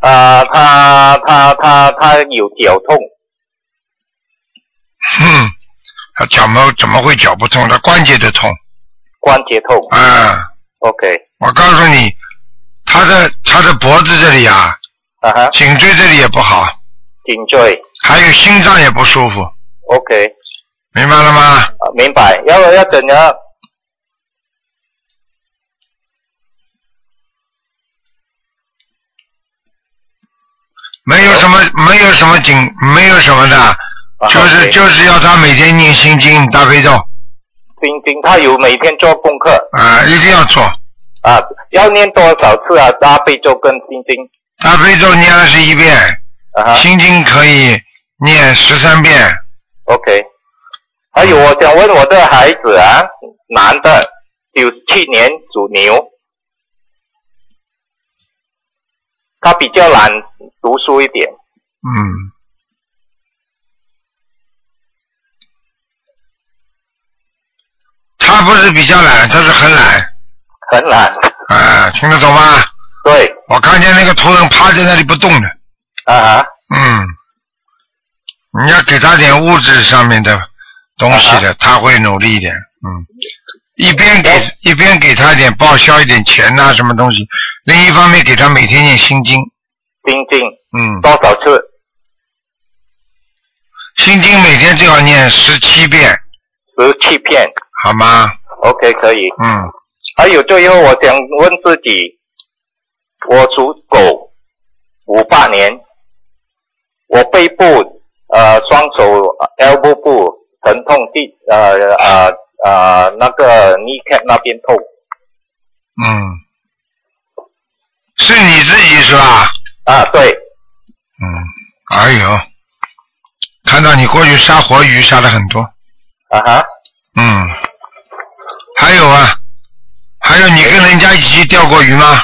啊、他他他他有脚痛，
哼，嗯他脚么怎么会脚不痛？他关节都痛
关节痛。
啊！
OK，
我告诉你，他的他的脖子这里啊，
啊哈，
颈椎这里也不好，
颈椎。
还有心脏也不舒服，
OK，、
明白了吗？
啊明白。要要怎样？
没有什么，
哦
没有什么紧，没有什么的，就是
啊对
就是要他每天念心经、大悲咒
听听他有每天做功课
啊，一定要做。
啊，要念多少次啊？大悲咒跟心经
大悲咒念二十一遍，
啊哈。
心经可以念十三遍，
OK，还有我想问我的孩子啊，男的，九七年属牛，他比较懒读书一点，
嗯。他不是比较懒，他是很懒，
很懒。
啊，听得懂吗？
对，
我看见那个图腾趴在那里不动的，
啊哈，
嗯，你要给他点物质上面的东西的，他会努力一点，嗯，一边给一边给他一点报销一点钱呐、什么东西，另一方面给他每天念心经，
心经
嗯，
多少次？
心经每天最好念十七遍，
十七片。
好吗？
OK，可以。
嗯，
还有最后，我想问自己，我属狗，五八年，我背部呃双手呃 elbow 部疼痛地呃呃呃那个 kneecap 那边痛
嗯，是你自己是吧？
啊，对，
嗯，哎呦，看到你过去杀活鱼杀了很多，
啊哈，
嗯，还有啊，还有你跟人家一起钓过鱼吗？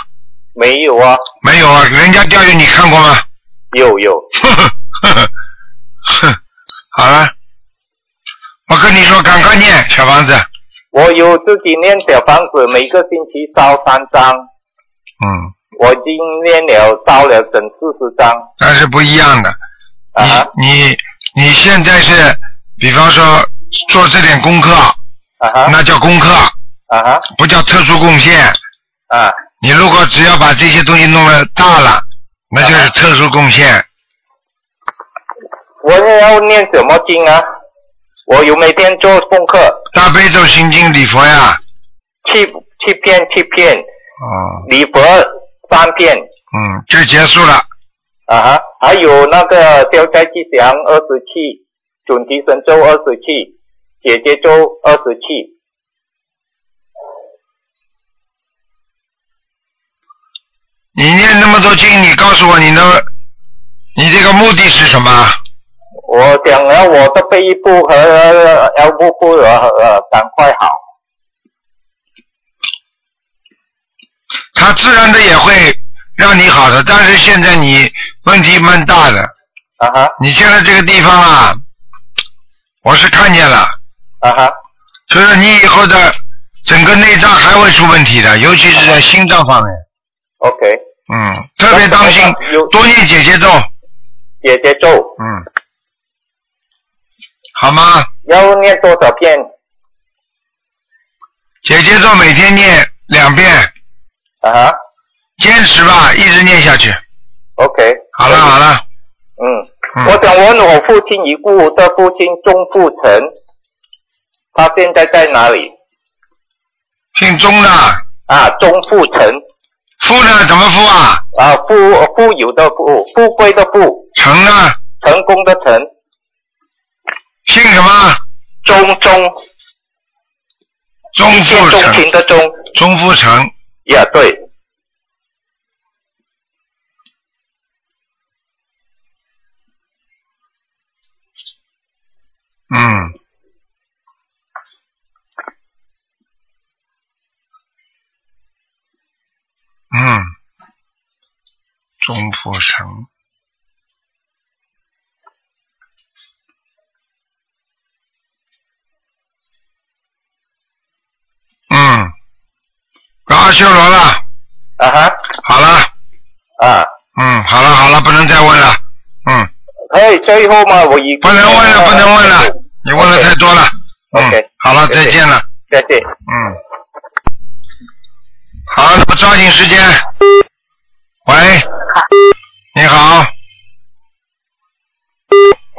没有啊，
没有啊，人家钓鱼你看过吗？
有有，
呵呵呵呵，哼，好了，我跟你说，赶快念小房子，
我有自己念小房子，每个星期烧三张，
嗯，
我已经念了烧了整四十张
但是不一样的，
啊哈
你你你现在是，比方说做这点功课，
啊哈
那叫功课，
啊哈
不叫特殊贡献。
啊
你如果只要把这些东西弄得大了，那就是特殊贡献。
我要念什么经啊？我有每天做功课，
大悲咒心经礼佛呀，
七七篇七篇，
哦，
礼佛三篇
嗯，就结束了。
啊哈，还有那个消灾吉祥二十七，准提神咒二十七，姐姐咒二十七，
你念那么多经，你告诉我你的，你这个目的是什么？
我想要我的背部和呃腰部部呃呃赶快好
它自然的也会让你好的，但是现在你问题蛮大的，
啊哈
你现在这个地方啊，我是看见了，
啊哈
就是你以后的整个内脏还会出问题的，尤其是在心脏方面，
，OK，
嗯，特别当心
那怎么办有，
多念姐姐咒，
姐姐咒
嗯，好吗？
要念多少遍
姐姐咒每天念两遍，
啊哈
坚持吧，一直念下去。
，OK，
好了好了，
嗯。
嗯
我，想问我父亲已故的父亲钟富成，他现在在哪里？
姓钟的，
啊，钟富成
富呢？怎么富啊？
啊，富富有的富，富贵的富。
成呢？
成功的成。
姓什么？
钟钟。
钟富
钟
成。
情的钟。
钟富成。
呀、对。
嗯。嗯，钟富成，嗯，搞阿修罗了。
啊哈。
好了。
啊。
嗯，好了好了，不能再问了。嗯，
哎，最后嘛，我一
不能问了，不能问了，你问的太多了。嗯
OK，
好了，再见了。
再见。
嗯。好，那么抓紧时间。喂，你好。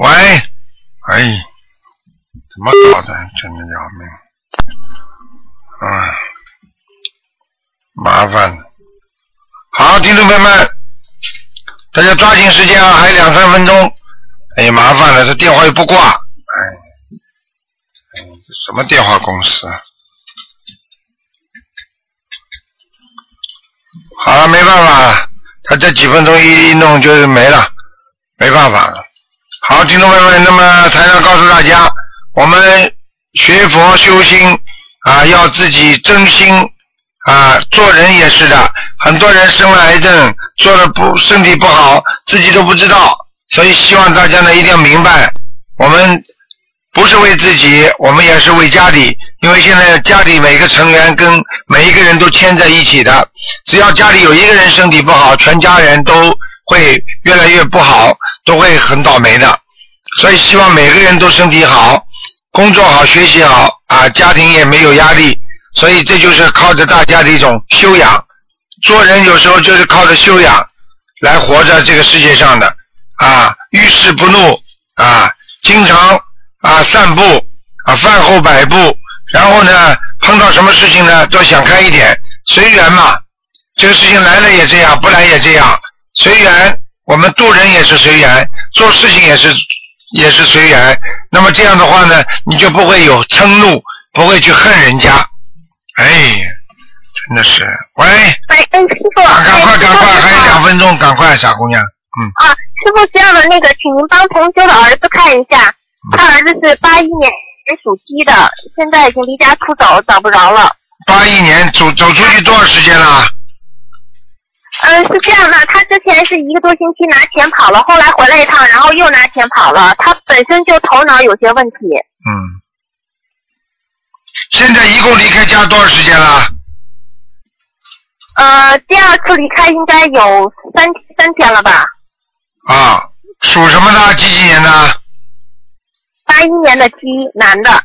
喂，哎，怎么搞的？真的要命！啊，麻烦了。好，听众朋友们，大家抓紧时间啊，还有两三分钟。哎呀，麻烦了，这电话又不挂。哎，哎什么电话公司？啊？好了，没办法了，他这几分钟一弄就是没了，没办法了。好，听众朋友们，那么台上告诉大家，我们学佛修心啊，要自己真心啊，做人也是的。很多人生了癌症，做了不身体不好，自己都不知道，所以希望大家呢一定要明白，我们不是为自己，我们也是为家里，因为现在家里每个成员跟每一个人都牵在一起的，只要家里有一个人身体不好，全家人都会越来越不好，都会很倒霉的。所以希望每个人都身体好，工作好，学习好啊，家庭也没有压力。所以这就是靠着大家的一种修养，做人有时候就是靠着修养来活在这个世界上的啊，遇事不怒啊，经常啊散步啊，饭后百步，然后呢碰到什么事情呢都想开一点，随缘嘛，这个事情来了也这样，不来也这样，随缘。我们做人也是随缘，做事情也是也是随缘。那么这样的话呢，你就不会有嗔怒，不会去恨人家。哎，真的是。喂，
哎，哎，师傅，
赶快
哎
赶快，
师傅
还有两分钟，赶快，傻姑娘。
啊，师傅这样的那个，请您帮同修的儿子看一下，
嗯
他儿子是八一年属鸡的，现在已经离家出走，找不着了。
八一年走走出去多少时间了？
嗯，是这样的，他之前是一个多星期拿钱跑了，后来回来一趟，然后又拿钱跑了。他本身就头脑有些问题，
嗯。现在一共离开家多少时间了？
呃，第二次离开应该有三三天了吧？
啊，属什么的？几几年的？
八一年的鸡，男的，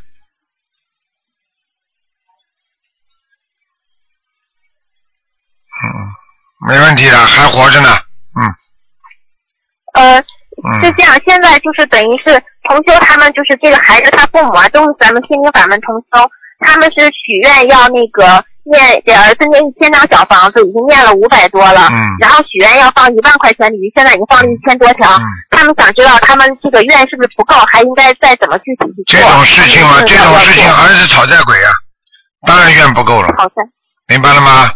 嗯，没问题的，还活着呢。
呃，
嗯
是这样，现在就是等于是同修他们就是这个孩子他父母啊，都是咱们心灵法门同修，他们是许愿要那个念给儿子念一千张小房子，已经念了五百多了，
嗯
然后许愿要放一万块钱鱼，现在已经放了一千多条，
嗯
他们想知道他们这个愿是不是不够，还应该再怎么具体去
这
做
种事情嘛，这种事情儿子讨债鬼啊，当然怨不够了，
好的，
明白了吗？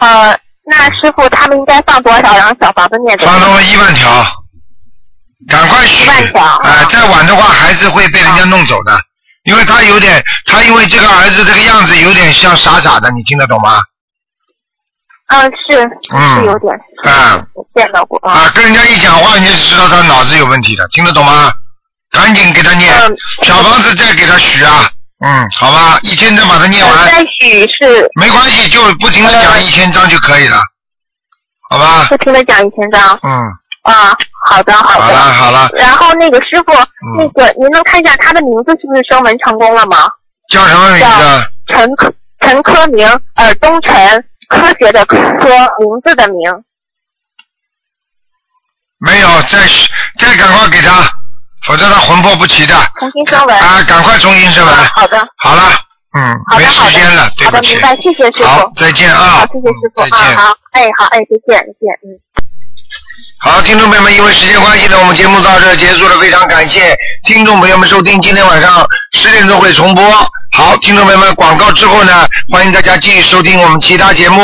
呃，那师傅他们应该放多少张小房子念给他们？
放到一万条，赶快许。哎，再晚的话，孩子会被人家弄走的，因为他有点，他因为这个儿子这个样子有点像傻傻的，你听得懂吗？
嗯，是，
嗯
是有点
啊
见到过
啊，跟人家一讲话，你就知道他脑子有问题了，听得懂吗？赶紧给他念，
嗯
小房子再给他许啊，嗯，好吧，一千张把它念完。
再许是。
没关系，就不停的
嗯
讲一千张就可以了，好吧？
不停的讲一千张。
嗯，
啊，好的，好的。
好了嗯好了
然后那个师傅，那个您能看一下他的名字是不是升文成功了吗？
叫什么名字？啊
陈科陈科明，耳东陈，科学的科，名字的名。
没有，再许再赶快给他，否则他魂魄不齐的。
重新升文。
啊啊，赶快重新升文。
好的。
好了，嗯，
嗯好
没
的好
时间了
的，，
对
好的
不起
明。白，谢谢师傅。
好再见啊
好，谢谢师傅
嗯再见
啊，好，哎好哎，再见再见，嗯。
好，听众朋友们，因为时间关系呢，我们节目到这儿结束了，非常感谢听众朋友们收听，今天晚上十点钟会重播。好，听众朋友们，广告之后呢，欢迎大家继续收听我们其他节目。